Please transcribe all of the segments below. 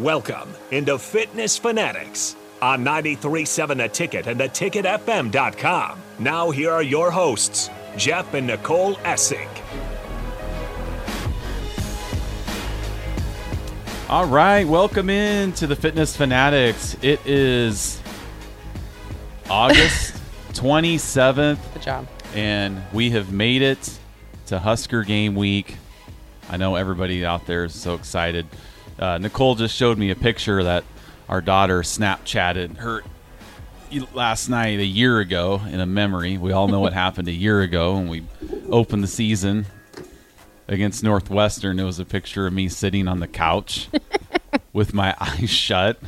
Welcome into Fitness Fanatics on 937 The Ticket and theticketfm.com. Now, here are your hosts, Jeff and Nicole Essig. All right, welcome in to the Fitness Fanatics. It is August 27th, Good job. and we have made it to Husker Game Week. I know everybody out there is so excited. Uh, Nicole just showed me a picture that our daughter Snapchatted her last night a year ago in a memory. We all know what happened a year ago when we opened the season against Northwestern. It was a picture of me sitting on the couch with my eyes shut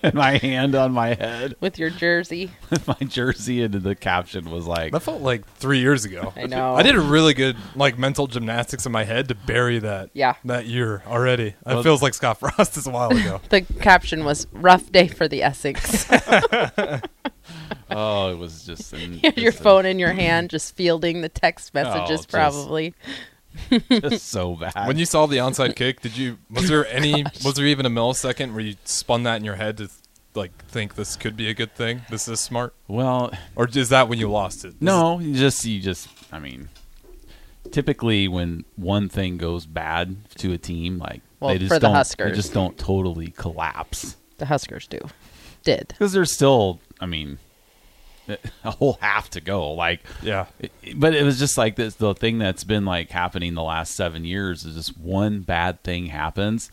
and my hand on my head, With your jersey. my jersey, and the caption was like, That felt like three years ago. I know. I did a really good like mental gymnastics in my head to bury that. Yeah. That year already. It Well- feels like Scott Frost is a while ago. The caption was rough day for the Essex. "Oh, it was just in, your just- phone in your hand, just fielding the text messages, Oh, just- probably. just so bad." when you saw the onside kick, did you? Was there any? Was there even a millisecond where you spun that in your head to like think this could be a good thing? This is smart, well, or is that when you lost it? no, you just you just, I mean, typically when one thing goes bad to a team, like Well, they just for the don't, Huskers. they just don't totally collapse. The Huskers do. Did. because there's still i mean a whole half to go like Yeah. but it was just like this the thing that's been like happening the last seven years is just one bad thing happens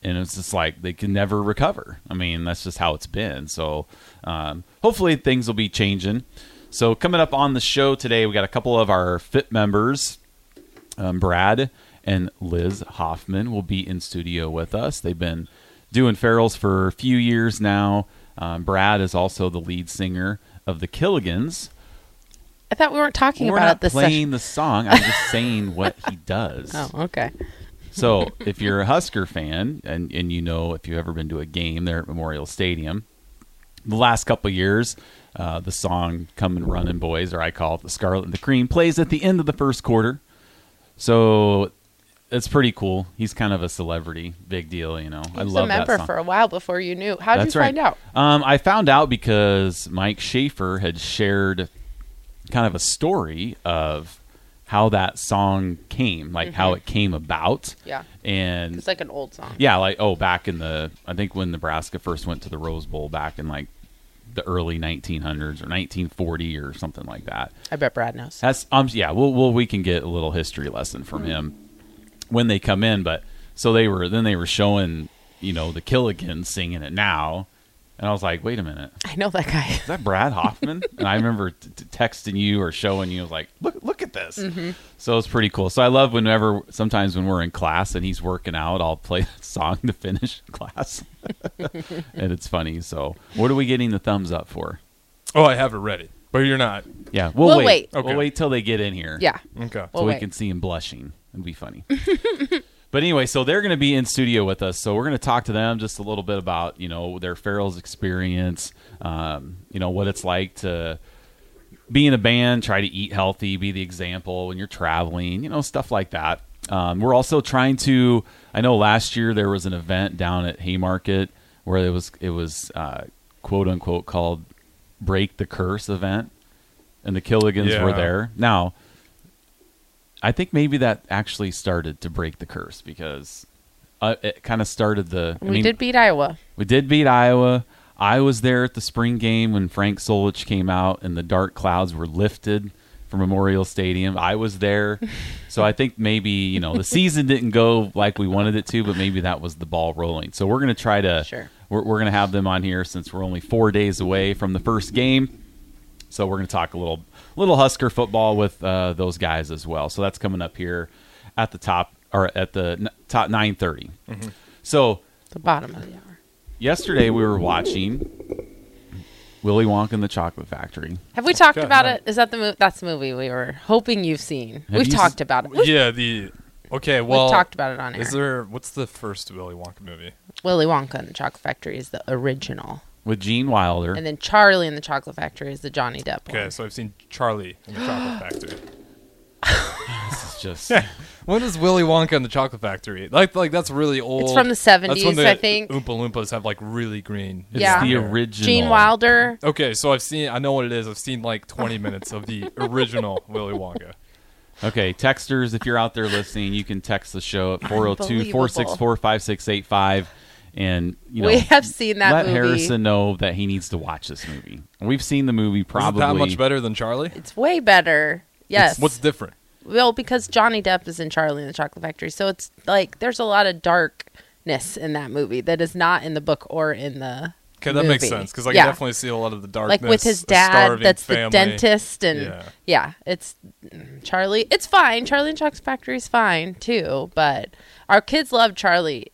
and it's just like they can never recover i mean that's just how it's been so um, hopefully things will be changing so coming up on the show today we got a couple of our fit members um, Brad and Liz Hoffman will be in studio with us. They've been doing ferals for a few years now. Um, Brad is also the lead singer of the Killigans. I thought we weren't talking We're about not it this playing session. the song. I'm just saying what he does. Oh, okay. So if you're a Husker fan, and, and you know if you've ever been to a game there at Memorial Stadium, the last couple of years, uh, the song "Come and Runnin' Boys," or I call it the Scarlet and the Cream, plays at the end of the first quarter. So it's pretty cool. He's kind of a celebrity, big deal, you know. He I was love a member that song. for a while before you knew. How did That's you right. find out? Um, I found out because Mike Schaefer had shared kind of a story of how that song came, like how Mm-hmm. it came about. Yeah. And It's like an old song. yeah, like oh, back in the I think when Nebraska first went to the Rose Bowl back in like the early 1900s or 1940 or something like that. I bet Brad knows. That's um yeah, we'll, we'll we can get a little history lesson from Mm-hmm. him when they come in, but so they were then they were showing, you know, the Killigans singing it now. And I was like, "Wait a minute. Is I know that guy. that Brad Hoffman?" and I remember t- t- texting you or showing you I was like, "Look look at this." Mm-hmm. So it's pretty cool. So I love whenever sometimes when we're in class and he's working out, I'll play that song to finish class. and it's funny. So, what are we getting the thumbs up for? Oh, I have it ready, but you're not. Yeah, we'll, We'll wait. wait. We'll Okay. wait till they get in here. Yeah. Okay. so Well, we wait. can see him blushing. It'd be funny. but anyway, so they're going to be in studio with us. So we're going to talk to them just a little bit about you know their Farrell's experience, um, you know what it's like to be in a band, try to eat healthy, be the example when you're traveling, you know stuff like that. Um, we're also trying to. I know last year there was an event down at Haymarket where it was it was uh, quote unquote called "Break the Curse" event, and the Killigans were Yeah. there. Now, I think maybe that actually started to break the curse because uh, it kind of started the. I we mean, did beat Iowa. we did beat Iowa. I was there at the spring game when Frank Solich came out and the dark clouds were lifted from Memorial Stadium. I was there. So I think maybe, you know, the season didn't go like we wanted it to, but maybe that was the ball rolling. So we're going to try to Sure. we're, we're going to have them on here since we're only 4 days away from the first game. So we're going to talk a little little Husker football with uh, those guys as well. So that's coming up here at the top or at the n- top 9:30. So The bottom of the hour. yesterday we were watching Willy Wonka and the Chocolate Factory. Have we talked Okay, about yeah. it? Is that the movie? That's the movie we were hoping you've seen. We've you s- talked about it. We've, Yeah. The. Okay. Well. talked about it on air. Is there? What's the first Willy Wonka movie? Willy Wonka and the Chocolate Factory is the original, With Gene Wilder. and then Charlie and the Chocolate Factory is the Johnny Depp. Okay, one. so I've seen Charlie in the Chocolate Factory. It's just When is Willy Wonka and the Chocolate Factory? Like, like that's really old. It's from the That's 70s, when the I think. Oompa Loompas have like really green. it's Yeah. the hair. original Gene Wilder. Okay, so I've seen. I know what it is. I've seen like 20 minutes of the original Willy Wonka. Okay, texters, if you're out there listening, you can text the show at 402-464-5685 and you know we have seen that let movie. Harrison know that he needs to watch this movie. We've seen the movie probably Is it that much better than Charlie? It's way better. Yes. It's- What's different? well, because Johnny Depp is in Charlie and the Chocolate Factory, so it's like there's a lot of darkness in that movie that is not in the book or in the. Okay, that makes movie. sense because I Yeah. can definitely see a lot of the darkness. Like with his the dad, starving that's the family. dentist, and yeah. Yeah. it's Charlie. It's fine. Charlie and the Chocolate Factory is fine too, but our kids love Charlie.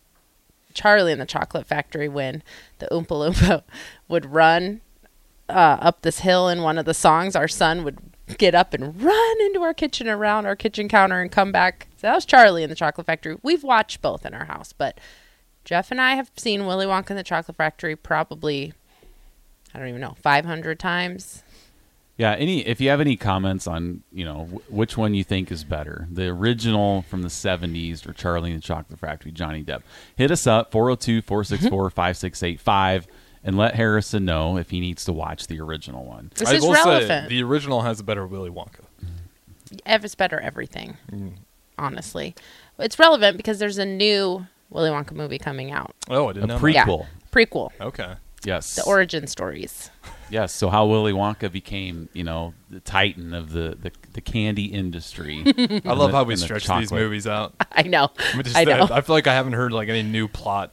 Charlie and the Chocolate Factory when the Oompa Loompa would run uh, up this hill in one of the songs, our son would get up and run into our kitchen around our kitchen counter and come back. So that was Charlie in the Chocolate Factory. We've watched both in our house, but Jeff and I have seen Willy Wonka and the Chocolate Factory probably, I don't even know, 500 times. Yeah, any if you have any comments on, you know, wh- which one you think is better, the original from the 70s or Charlie and the Chocolate Factory, Johnny Depp, hit us up 402-464-5685 and let Harrison know if he needs to watch the original one. This I is will relevant. say the original has a better Willy Wonka. Ev is better everything, honestly. It's relevant because there's a new Willy Wonka movie coming out. Oh, I didn't know. A that. pre- Yeah. Prequel. Prequel. Okay. Yes. The origin stories. Yes, so how Willy Wonka became, you know, the titan of the, the, the candy industry. I And love the- how we and the stretch these chocolate. movies out. I know. I, mean, just- I know. I, feel like I haven't heard like any new plot,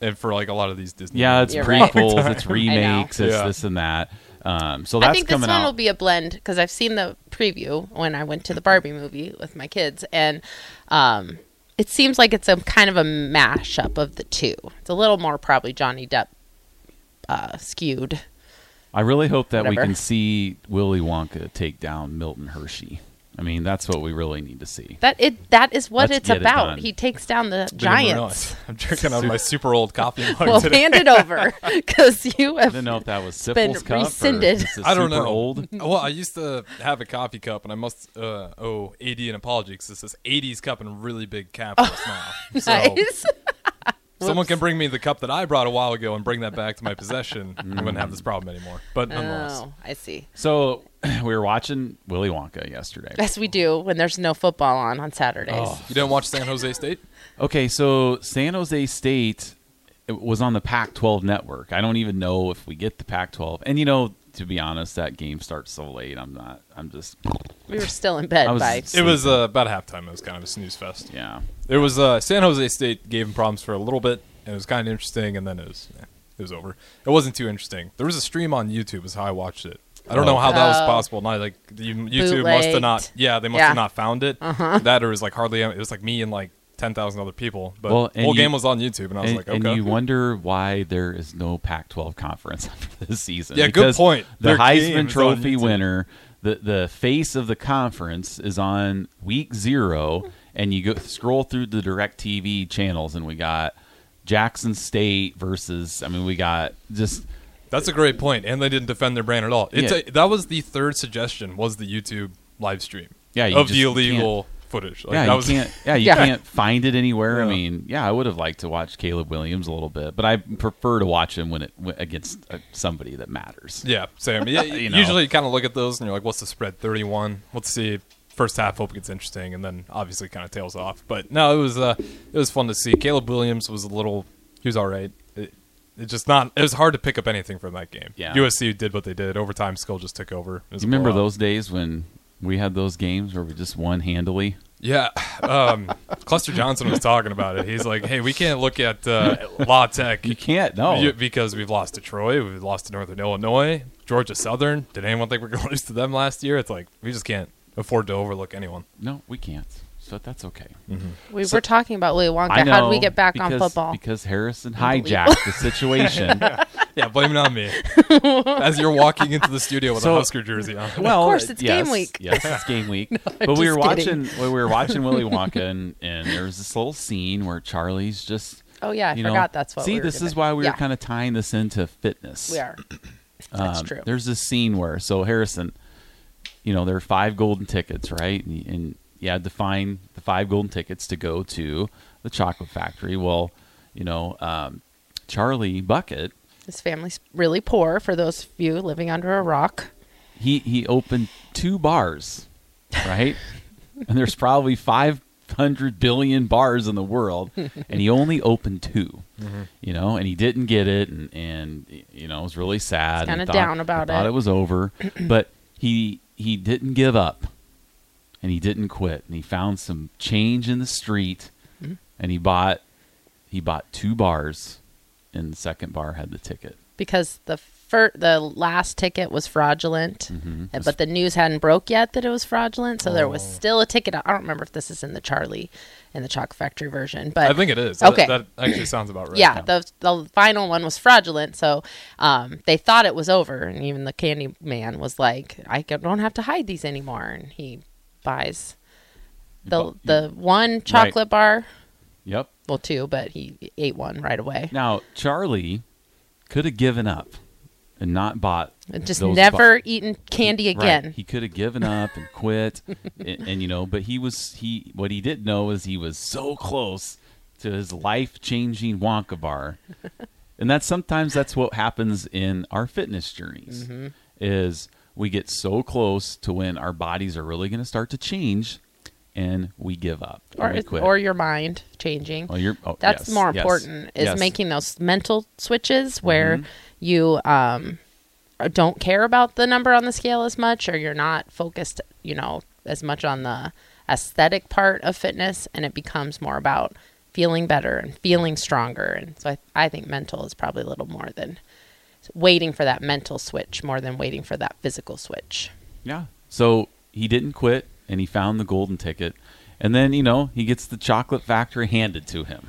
and for like a lot of these Disney. Yeah, it's You're right. prequels, it's remakes, it's Yeah. this and that. Um, so I that's think this coming one out. will be a blend because I've seen the preview when I went to the Barbie movie with my kids, and um, it seems like it's a kind of a mashup of the two. It's a little more probably Johnny Depp uh, skewed. I really hope that we Whatever. can see Willy Wonka take down Milton Hershey. I mean, that's what we really need to see. That it that is what Let's it's get it about. done. he takes down the Didn't even giants. realize. I'm drinking out of my super old coffee mug Well, today. hand it over because you I didn't have. know if that was been Sipple's cup rescinded. or is it I don't super know. old. Well, I used to have a coffee cup, and I must uh, owe AD an apology because this is 80s cup and really big capital now. So Oh, Nice. someone can bring me the cup that I brought a while ago and bring that back to my possession. I wouldn't Mm. have this problem anymore. But nonetheless, Oh, I see. So we were watching Willy Wonka yesterday. As we do when there's no football on on Saturdays. Oh. you didn't watch San Jose State? Okay, so San Jose State was on the Pac-12 network. I don't even know if we get the Pac-12. And you know, to be honest, that game starts so late. I'm not. I'm just. We were still in bed I was- by. It was uh, about halftime. It was kind of a snooze fest. Yeah. It was uh, San Jose State gave him problems for a little bit. And it was kind of interesting, and then it was eh, it was over. It wasn't too interesting. There was a stream on YouTube, is how I watched it. I don't know how that was Oh. possible. Not like you, YouTube must have Bootlegged. not. Yeah, they must Yeah. Uh-huh. have not found it. That or it was like hardly. It was like me and like ten thousand other people. But Well, the and whole you- game was on YouTube, and I was And, like, and okay. you wonder why there is no Pac-12 conference after this season. Yeah, good Because point. The Their game Heisman is on Trophy YouTube. winner, the the face of the conference, is on week zero, and you go scroll through the Directv channels, and we got Jackson State versus. I mean, we got just. That's a great point, and they didn't defend their brand at all. It's Yeah. a, that was the third suggestion was the YouTube live stream. Yeah, you of just- the you illegal footage. Like, yeah, that you was, can't. Yeah, you Yeah. can't find it anywhere. I Yeah. mean, yeah, I would have liked to watch Caleb Williams a little bit, but I prefer to watch him when it when, against uh, somebody that matters. Yeah, same. Yeah, You know. Usually you kind of look at those and you're like, what's the spread? 31. Let's see. First half, hope it gets interesting, and then obviously kind of tails off. But no, it was uh, it was fun to see. Caleb Williams was a little, he was all right. It, it just not. It was hard to pick up anything from that game. Yeah. USC did what they did. Overtime, skill just took over. It was You a remember blowout. those days when we had those games where we just won handily? Yeah, um, Cluster Johnson was talking about it. He's like, "Hey, we can't look at uh, La Tech You can't. Oh. No. You- because we've lost to Troy, we've lost to Northern Illinois, Georgia Southern. Did anyone think we are going to lose to them last year? It's like we just can't afford to overlook anyone. no, we can't. So that's okay. we were talking about Willy I Wonka. know. How do we get back on because- football? Because Harrison Unbelievable. hijacked the situation. Yeah, blame it on me. As you're walking into the studio with So- a Husker jersey on, well, Of course, it's yes, game week. Yes, it's game week. I'm but we were just kidding. watching. We were watching Willy Wonka, and, and there was this little scene where Charlie's just. Oh, yeah, I you know, forgot that's what See, we were this is doing. why we Yeah. were kind of tying this into fitness. we are. That's Um, true. There's this scene where so Harrison, you know, there are five golden tickets, right? And, and you had to find the five golden tickets to go to the chocolate factory. Well, you know, um, Charlie Bucket, This family's really poor for those of you living under a rock. he he opened two bars, right? and there's probably 500 billion bars in the world, and he only opened 2 You know, and he didn't get it, and and you know, it was really sad. and kinda thought- down about I Thought it. it was over, but he he didn't give up, and he didn't quit, and he found some change in the street, Mm-hmm. and he bought he bought two bars, and the second bar had the ticket. because the fir- the last ticket was fraudulent, Mm-hmm. and- but the news hadn't broke yet that it was fraudulent, so there was Oh. still a ticket. I don't remember if this is in the Charlie in the Chalk Factory version, but I think it is. Okay. That, that actually sounds about right. yeah, the the final one was fraudulent, so um, they thought it was over, and even the candy man was like, "I c- don't have to hide these anymore," and he buys the bu- the one chocolate bar, Yep. well two, but he ate one right away. Now Charlie could have given up and not bought. Just those never bu- eaten candy Right. again. He could have given up and quit, and, and you know, but he was he. What he didn't know is he was so close to his life changing Wonka bar, and that's sometimes that's what happens in our fitness journeys. Mm-hmm. Is we get so close to when our bodies are really going to start to change, and we give up or we it's- quit. or your mind changing. Well, you're- oh, That's yes, more yes, important is yes. Mm-hmm. making those mental switches where you um don't care about the number on the scale as much or you're not focused, you know, as much on the aesthetic part of fitness and it becomes more about feeling better and feeling stronger and so I, I think mental is probably a little more than waiting for that mental switch more than waiting for that physical switch. Yeah. So he didn't quit and he found the golden ticket. And then, you know, he gets the chocolate factory handed to him.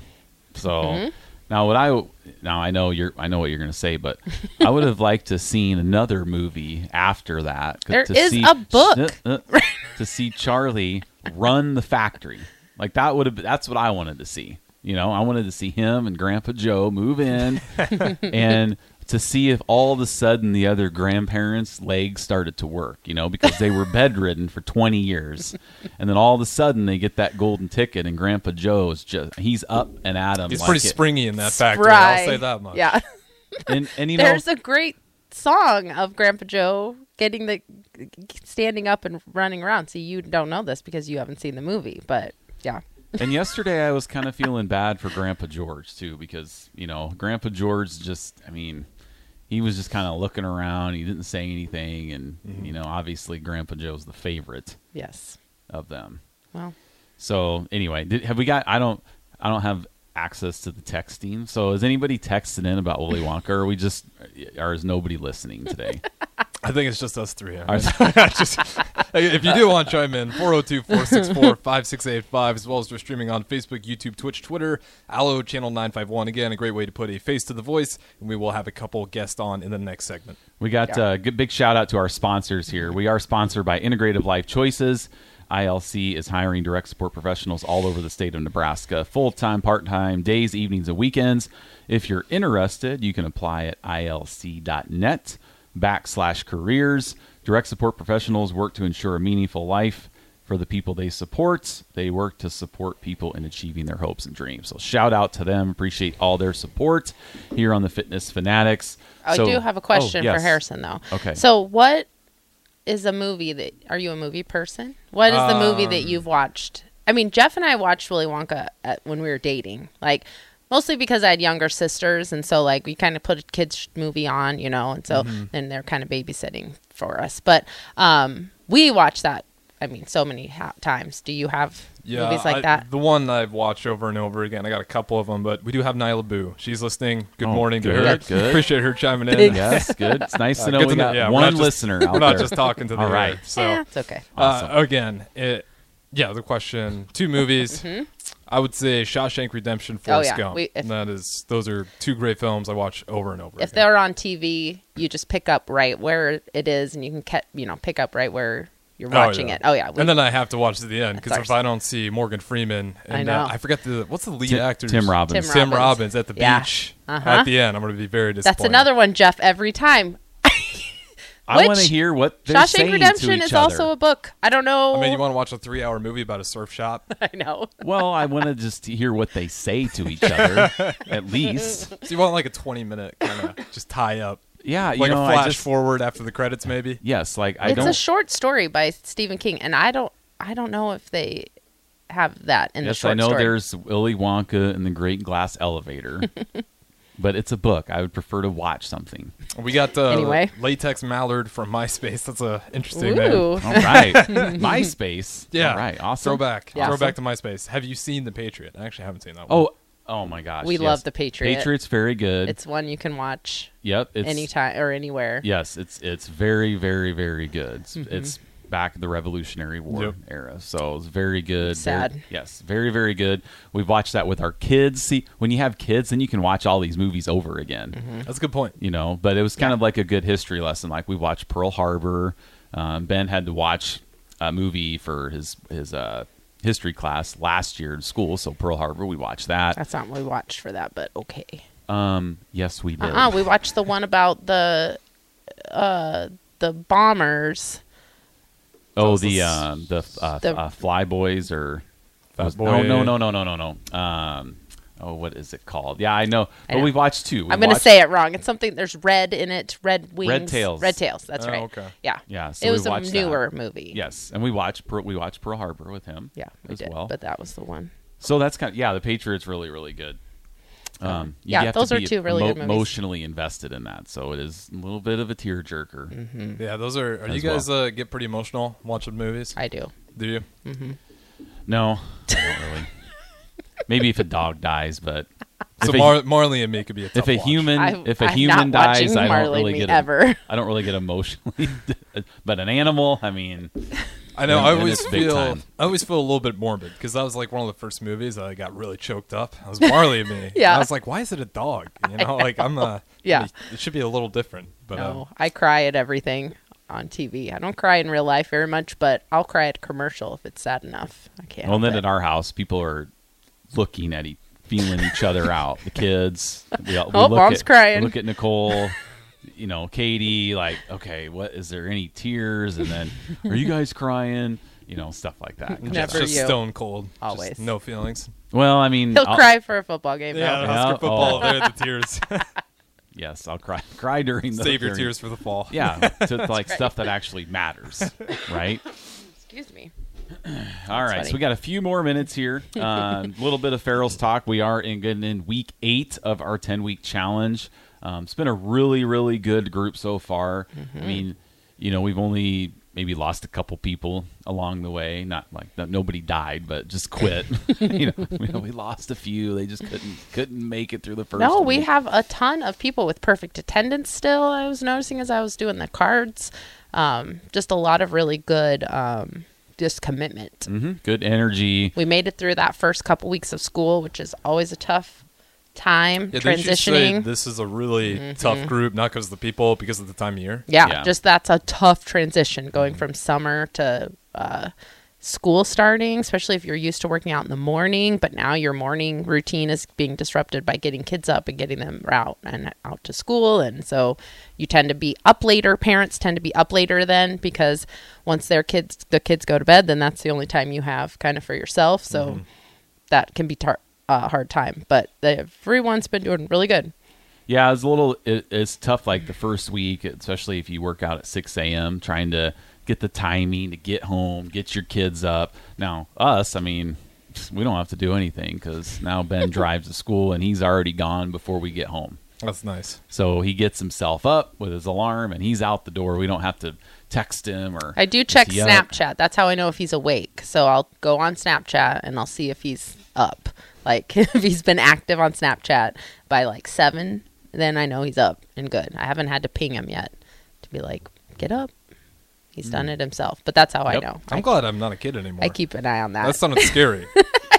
So Mm-hmm. now what I now I know you're I know what you're going to say, but I would have liked to seen another movie after that. There to is a book. uh, to see Charlie run the factory. Like that would have been- that's what I wanted to see. You know, I wanted to see him and Grandpa Joe move in and to see if all of a sudden the other grandparents' legs started to work, you know, because they were bedridden for 20 years. And then all of a sudden they get that golden ticket and Grandpa Joe is just, he's up and at 'em He's like pretty it. springy in that factory. Right. I'll say that much. Yeah. And, and you know, There's a great song of Grandpa Joe getting the standing up and running around. See, you don't know this because you haven't seen the movie, but yeah, And yesterday I was kind of feeling bad for Grandpa George too because, you know, Grandpa George just I mean, he was just kind of looking around, he didn't say anything and, Mm-hmm. you know, obviously Grandpa Joe's the favorite yes. of them. Well, So, anyway, did, have we got I don't I don't have access to the texting. So, is anybody texting in about Willy Wonka or are we just or is nobody listening today? I think it's just us three. I All mean, just- if you do want to chime in, 402 464 5685, as well as we're streaming on Facebook, YouTube, Twitch, Twitter, Allo Channel 951. Again, a great way to put a face to the voice, and we will have a couple guests on in the next segment. We got Yeah. uh, good big shout out to our sponsors here. We are sponsored by Integrative Life Choices. ILC is hiring direct support professionals all over the state of Nebraska, full time, part time, days, evenings, and weekends. If you're interested, you can apply at ilc.net backslash careers. Direct support professionals work to ensure a meaningful life for the people they support. They work to support people in achieving their hopes and dreams. So shout out to them. Appreciate all their support here on the Fitness Fanatics. I So- do have a Oh, question for yes. Harrison though. Okay. So, what is a movie that are you a movie person? What is the movie Um, that you've watched? I mean, Jeff and I watched Willy Wonka at, when we were dating, like mostly because I had younger sisters, and so like we kind of put a kids movie on, you know, and so Mm-hmm. and they're kind of babysitting for us. But um, we watched that. I mean, so many ha- times. Do you have movies like I- that? The one I've watched over and over again. I got a couple of them, but we do have Nyla Boo. She's listening. Good Oh, morning to good, her. good. Appreciate her chiming in. Big Yes, good. It's nice to Uh, know good we to know- got yeah, we're not one just- listener out We're there. not just talking to the All air, right. So Eh, it's okay. Awesome. Uh, again, it yeah, the question, two movies. I would say Shawshank Redemption, Forrest Mm-hmm. Oh, yeah. Gump. We- if- and that is those are two great films I watch over and over. if again. they're on TV, you just pick up right where it is, and you can ca- you know pick up right where you're watching it. Oh yeah, we- and then I have to watch to the end because That's if ours. I don't see Morgan Freeman and I uh, know. I forget the what's the lead Tim, actor Tim Robbins. Tim Tim Robbins. Robbins at the Yeah. beach Uh-huh. at the end. I'm going to be very disappointed. that's another one, Jeff. Every time I want to Which hear what they're saying Shawshank to Redemption each is also other. a book. I don't know. I mean, you want to watch a three-hour movie about a surf shop? I know. well, I want to just hear what they say to each other, at least. so you want like a twenty-minute kind of just tie up, Yeah, Uh, you like know, a flash I just forward after the credits, maybe. yes, like I it's don't. a short story by Stephen King, and I don't I don't know if they have that in the yes, short I know story. there's Willy Wonka and the Great Glass Elevator, but it's a book. I would prefer to watch something. We got uh, Anyway. latex mallard from MySpace. That's a interesting name. Ooh. All right, MySpace. Yeah. All right, awesome. Throwback. Yeah. Throwback to MySpace. Have you seen The Patriot? I actually haven't seen that one. Oh, oh my gosh. We yes. love The Patriot. Patriot's very good. It's one you can watch yep. It's anytime or anywhere. Yes, it's it's very very very good. It's, it's back in the Revolutionary War Yep. era, so it's very good. Sad. Very- yes, very very good. We've watched that with our kids. See, when you have kids, then you can watch all these movies over again. Mm-hmm. That's a good point. You know, but it was kind of like a good history lesson. Like we watched Pearl Harbor. Um, ben had to watch a movie for his his uh, history class last year in school. So Pearl Harbor, we watched that. That's not what we watched for that, but okay. Um, yes, we did. Uh uh we watched the one about the uh the bombers. Oh, Also the s- um, the uh, the- uh, Fly Boys or Fat was- Boy. No, no, no, no, no, no, no. Um, oh, what is it called? Yeah, I know. I but know. we've watched two. We've I'm gonna watched- say it wrong. It's something there's red in it, red wings, Tails. red tails. That's Oh, right. okay. Yeah, Yeah, so it we was a watched that. newer movie. yes, and we watched Pearl- we watched Pearl Harbor with him. yeah, we as did. well. But that was the one. so that's kind of yeah. The Patriots really really good. Um, you Yeah, have to those are be two really good movies. emotionally invested in that, so it is a little bit of a tearjerker. Mm-hmm. Yeah, those are. Are you Mm-hmm. As guys well. uh, get pretty emotional watching movies? I Mm-hmm. do. Do you? No, not really. Maybe if a dog dies, but So if a- Mar- Marley and me could be a tough if a watch. human I- if a I'm human not watching dies, I don't Marley really Me get ever. I don't really get emotionally, but an animal, I mean, I know. Yeah, I and always it's big feel. time. I always feel a little bit morbid because that was like one of the first movies that I got really choked up. It was Marley and me. Yeah. And I was like, why is it a dog? You know, like I'm a. Yeah. It should be a little different, but uh, um, No, I cry at everything on TV. I don't cry in real life very much, but I'll cry at a commercial if it's sad enough. I can't. well, help then it. at our house, people are looking at each, feeling each other out. The kids, we, all- we Oh, look mom's at, crying. we Look at Nicole, you know, Katie. Like, okay, what is there any tears? And then, are you guys crying? You know, stuff like that. comes Never out. just you. stone cold. Just Always. no feelings. Well, I mean, he'll I'll- cry for a football game. Yeah, though. Oscar Yeah, football. oh. There, the tears. Yes, I'll cry. Cry during the Save your during- tears for the fall. Yeah, to like stuff that actually matters, right? Excuse me. All right, funny. so we got a few more minutes here. A little bit of Farrell's talk. We are in good in week eight of our ten week challenge. Um, it's been a really really good group so far. I Mm-hmm. mean, you know, we've only maybe lost a couple people along the way. Not like not, nobody died, but just quit. you know, we, we lost a few. They just couldn't couldn't make it through the first. No, we week. have a ton of people with perfect attendance still. I was noticing as I was doing the cards, um, just a lot of really good, um, just commitment. Mhm, good energy. We made it through that first couple weeks of school, which is always a tough time Yeah, they should say transitioning. Mm-hmm. this is a really tough group, not because of the people, because of the time of year. yeah, Yeah. just that's a tough transition going from summer to uh, school starting, especially if you're used to working out in the morning, but now your morning routine is being disrupted by getting kids up and getting them out and out to school. And so you tend to be up later. Parents tend to be up later then because once their kids, the kids go to bed, then that's the only time you have kind of for yourself. So that can be tar- uh, hard time, but everyone's been doing really good. Yeah, it's a little. It, it's tough. Like the first week, especially if you work out at six a.m., trying to get the timing to get home, get your kids up. Now, us, I mean, we don't have to do anything because now Ben drives to school and he's already gone before we get home. That's nice. So he gets himself up with his alarm and he's out the door. We don't have to text him or I do check is he up? Snapchat. That's how I know if he's awake. So I'll go on Snapchat and I'll see if he's up. Like if he's been active on Snapchat by like seven, then I know he's up and good. I haven't had to ping him yet to be like, get up. He's done it himself. But that's how Yep. I know. Hmm. I'm I, glad I'm not a kid anymore. I keep an eye on that. That sounded scary.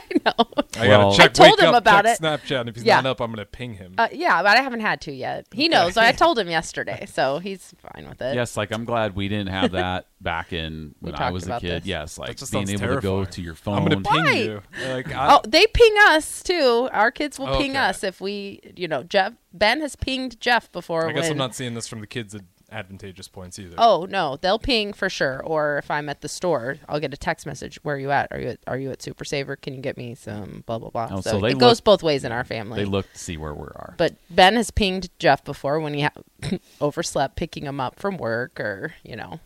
I know. Well- gotta check. I told wake him up, about check it. Snapchat, and if he's Yeah. not up, I'm gonna ping him. uh, yeah, but I haven't had to yet. He knows. I told him yesterday, so he's fine with it. Yes, like I'm glad we didn't have that back in We when I talked was a about kid. this. Yes, like just being able sounds to go terrifying. to your phone. I'm gonna ping Why? you. Like, I, Oh, they ping us too. Our kids will ping Oh, Okay. us if we, you know, Jeff. Ben has pinged Jeff before. I guess when- I'm not seeing this from the kids' advantageous points either. Oh no, they'll ping for sure. Or if I'm at the store, I'll get a text message. Where are you at? Are you at, are you at Super Saver? Can you get me some blah blah blah? Oh, so so they it goes look- both ways in our family. They look to see where we are. but Ben has pinged Jeff before when he ha- overslept picking him up from work, or you know,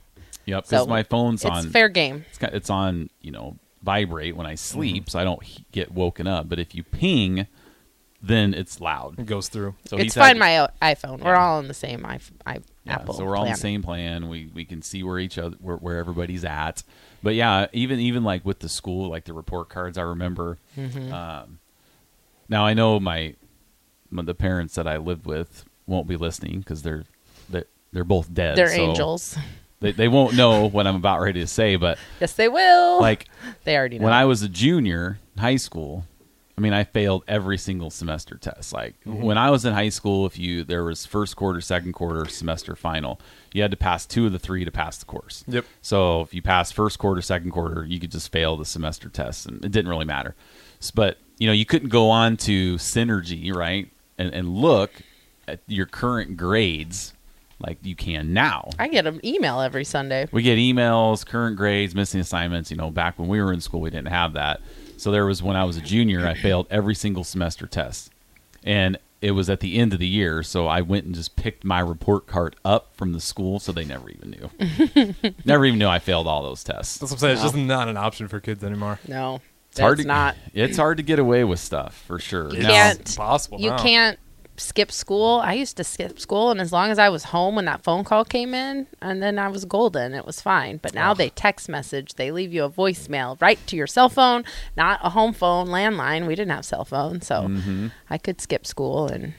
yep, so because my phone's it's on. fair game. It's, got, it's on. You know, vibrate when I Mm-hmm. sleep, so I don't he- get woken up. But if you ping, then it's It loud. goes through. So it's he's had fine. to- My o- iPhone. We're Yeah. all on the same i, I Yeah, Apple. So we're all on the plan. same plan. We we can see where each other where, where everybody's at. But yeah, even even like with the school, like the report cards, I remember. Mm-hmm. Um, now I know my, my the parents that I lived with won't be listening because they're they're they're both dead. They're so angels. They they won't know what I'm about ready to say. But Yes, they will. like they already know. when I was a junior in high school, I mean, I failed every single semester test. Like when I was in high school, if you there was first quarter, second quarter, semester final, you had to pass two of the three to pass the course. Yep. So if you passed first quarter, second quarter, you could just fail the semester test, and it didn't really matter. S- But you know, you couldn't go on to synergy, right? And and look at your current grades like you can now. I get an email every Sunday. We get emails, current grades, missing assignments. You know, back when we were in school, we didn't have that. So there was when I was a junior, I failed every single semester test. And it was at the end of the year. So I went and just picked my report card up from the school. So they never even knew. never even knew I failed all those tests. That's what I'm saying. It's just not an option for kids anymore. No, It's hard that's to, not. It's hard to get away with stuff for sure. You Now- can't. It's possible. You now. can't skip school. I used to skip school, and as long as I was home when that phone call came in, and then I was golden, it was fine. But now they text message, they leave you a voicemail right to your cell phone, not a home phone, landline. We didn't have cell phone, so Mm-hmm. I could skip school and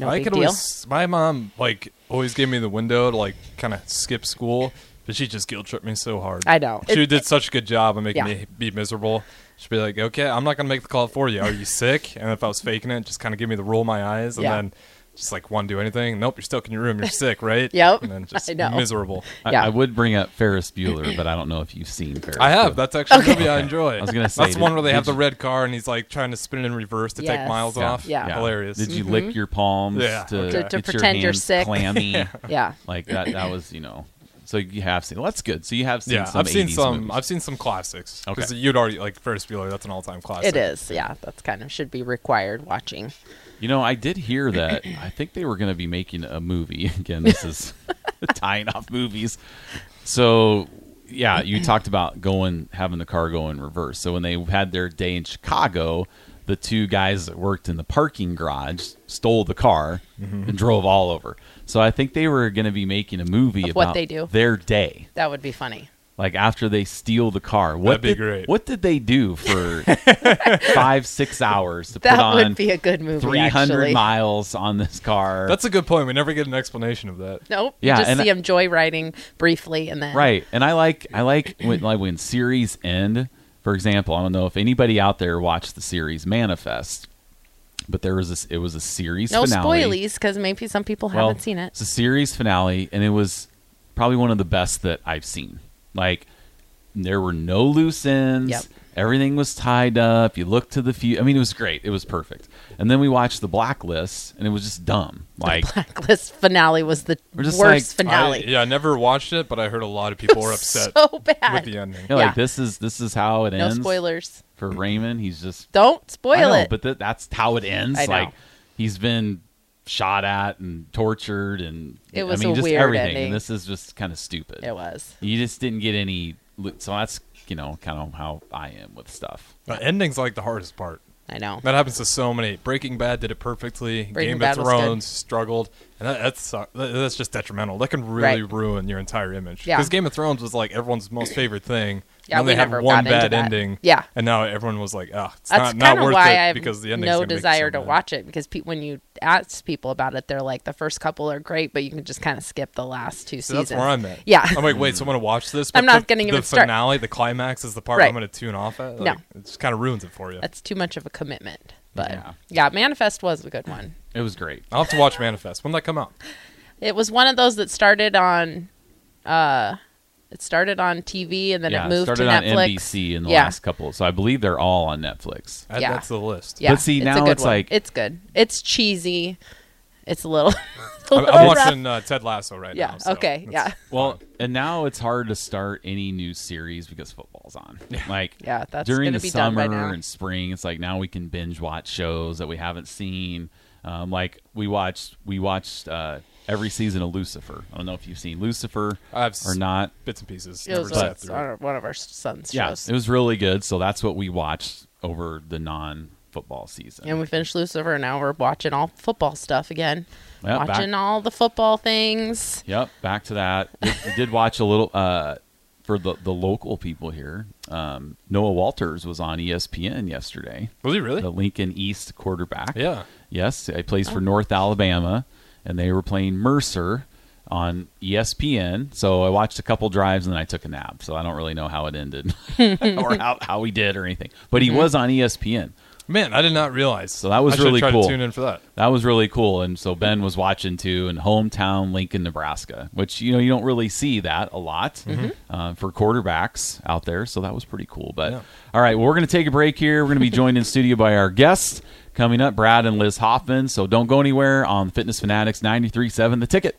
no I big could deal. always. My mom like always gave me the window to like kind of skip school, but she just guilt tripped me so hard. I know. She It- did such a good job of making Yeah. me be miserable. She'd be like, "Okay, I'm not gonna make the call for you. Are you sick?" And if I was faking it, just kind of give me the roll of my eyes, and Yeah. then just like one do anything. Nope, you're stuck in your room. You're sick, right? Yep. And then just I know. miserable. I, yeah. I would bring up Ferris Bueller, but I don't know if you've seen Ferris. I have. Bueller. That's actually a movie I enjoy. I was gonna say, that's the one did- where they did have the you- red car, and he's like trying to spin it in reverse to Yes. take miles Yeah. off. Yeah. Mm-hmm. hilarious. Did you lick your palms Yeah, to, okay. get To- to your pretend you're hands sick. Clammy. yeah. like that that was you know so you have seen well, that's good so you have seen Yeah, some I've seen 80s some. movies. I've seen some classics. Because Okay. you'd already like Ferris Bueller. That's an all-time classic. It is, yeah. That's kind of should be required watching. you know i did hear that i think they were going to be making a movie again this is tying off movies so yeah you talked about going having the car go in reverse so when they had their day in chicago the two guys that worked in the parking garage stole the car Mm-hmm. and drove all over so i think they were going to be making a movie Of about what they do. their day That would be funny. like after they steal the car. What That'd be did, great. What did they do for five, six hours to put That on would be a good movie. three hundred actually. miles on this car? That's a good point. We never get an explanation of that. Nope. Yeah, you just and- see him joyriding briefly, and then right. And I like I like when like when series end. For example, I don't know if anybody out there watched the series Manifest, but there was this. It was a series No finale. spoilies, because maybe some people haven't seen it. It's a series finale, and it was probably one of the best that I've seen. Like there were no loose ends. Yep. Everything was tied up. You looked to the few. I mean, it was great. It was perfect. And then we watched the Blacklist, and it was just dumb. Like Blacklist finale was the We're just worst like, I, finale. yeah, I never watched it, but I heard a lot of people were upset so bad. with the ending. you know, like yeah. this is this is how it no ends. spoilers. for Raymond. He's just Don't spoil I know, it. But th- that's how it ends. I know. Like he's been shot at and tortured, and It was I mean, a just weird everything. ending. And this is just kind of stupid. it was. You just didn't get any. lo- So that's you know kind of how I am with stuff. The ending's like the hardest part. I know. That happens to so many. Breaking Bad did it perfectly. Breaking Game Bad of was good. Thrones struggled, and that, that's uh, that, that's just detrimental. That can really Right. ruin your entire image. Yeah. Because Game of Thrones was like everyone's most favorite thing. Yeah, and then we they had never one got into bad that. ending. Yeah. and now everyone was like, "Ah, it's That's not, kind not of worth why it I have because the ending's no gonna make it so desire to bad. watch it because pe- when you ask people about it, they're like the first couple are great, but you can just kind of skip the last two So seasons. that's where I'm at. Yeah. I'm like, wait, so I'm gonna watch this. I'm but not the, gonna the even start. finale, the climax is the part Right. I'm gonna tune off at. No. Like, it just kind of ruins it for you. That's too much of a commitment. But Yeah. yeah. Manifest was a good one. It was great. I'll have to watch Manifest when that come out. It was one of those that started on, uh, it started on TV and then yeah, it it moved started to on Netflix. NBC in the Yeah. last couple, so I believe they're all on Netflix. That- Yeah. That's the list. Yeah, But see, it's a now good it's one. like- it's good. It's cheesy. It's a little. I'm, I'm watching uh, Ted Lasso right yeah. now. so okay. that's- Yeah. Well, and now it's hard to start any new series because football's on. Like Yeah, that's during gonna the be done summer by now. and spring, it's like now we can binge watch shows that we haven't seen. Um, like we watched we watched uh, every season of Lucifer. I don't know if you've seen Lucifer I've s- or not. Bits and pieces. It was never sat on- through. on our- one of our son's Yeah, shows. it was really good. So that's what we watched over the non football season. and we finished Lucifer. and Now we're watching all football stuff again. Yeah, back- watching all the football things. Yep, back to that. We, we did watch a little uh, for the the local people here. Um, Noah Walters was on E ESPN yesterday, Was he really? the Lincoln East quarterback. Yeah. Yes, he plays Oh. for North Alabama, and they were playing Mercer on E ESPN. So I watched a couple drives and then I took a nap. So I don't really know how it ended or how, how he did or anything. But Mm-hmm. he was on E ESPN. Man, I did not realize. So that was I should really try cool. to tune in for that. That was really cool. And so Ben was watching too in hometown Lincoln, Nebraska, which, you know, you don't really see that a lot uh, for quarterbacks out there. So that was pretty cool. But Yeah. all right, well, we're going to take a break here. We're going to be joined in studio by our guests coming up, Brad and Liz Hoffman. So don't go anywhere on Fitness Fanatics 93.7, the ticket.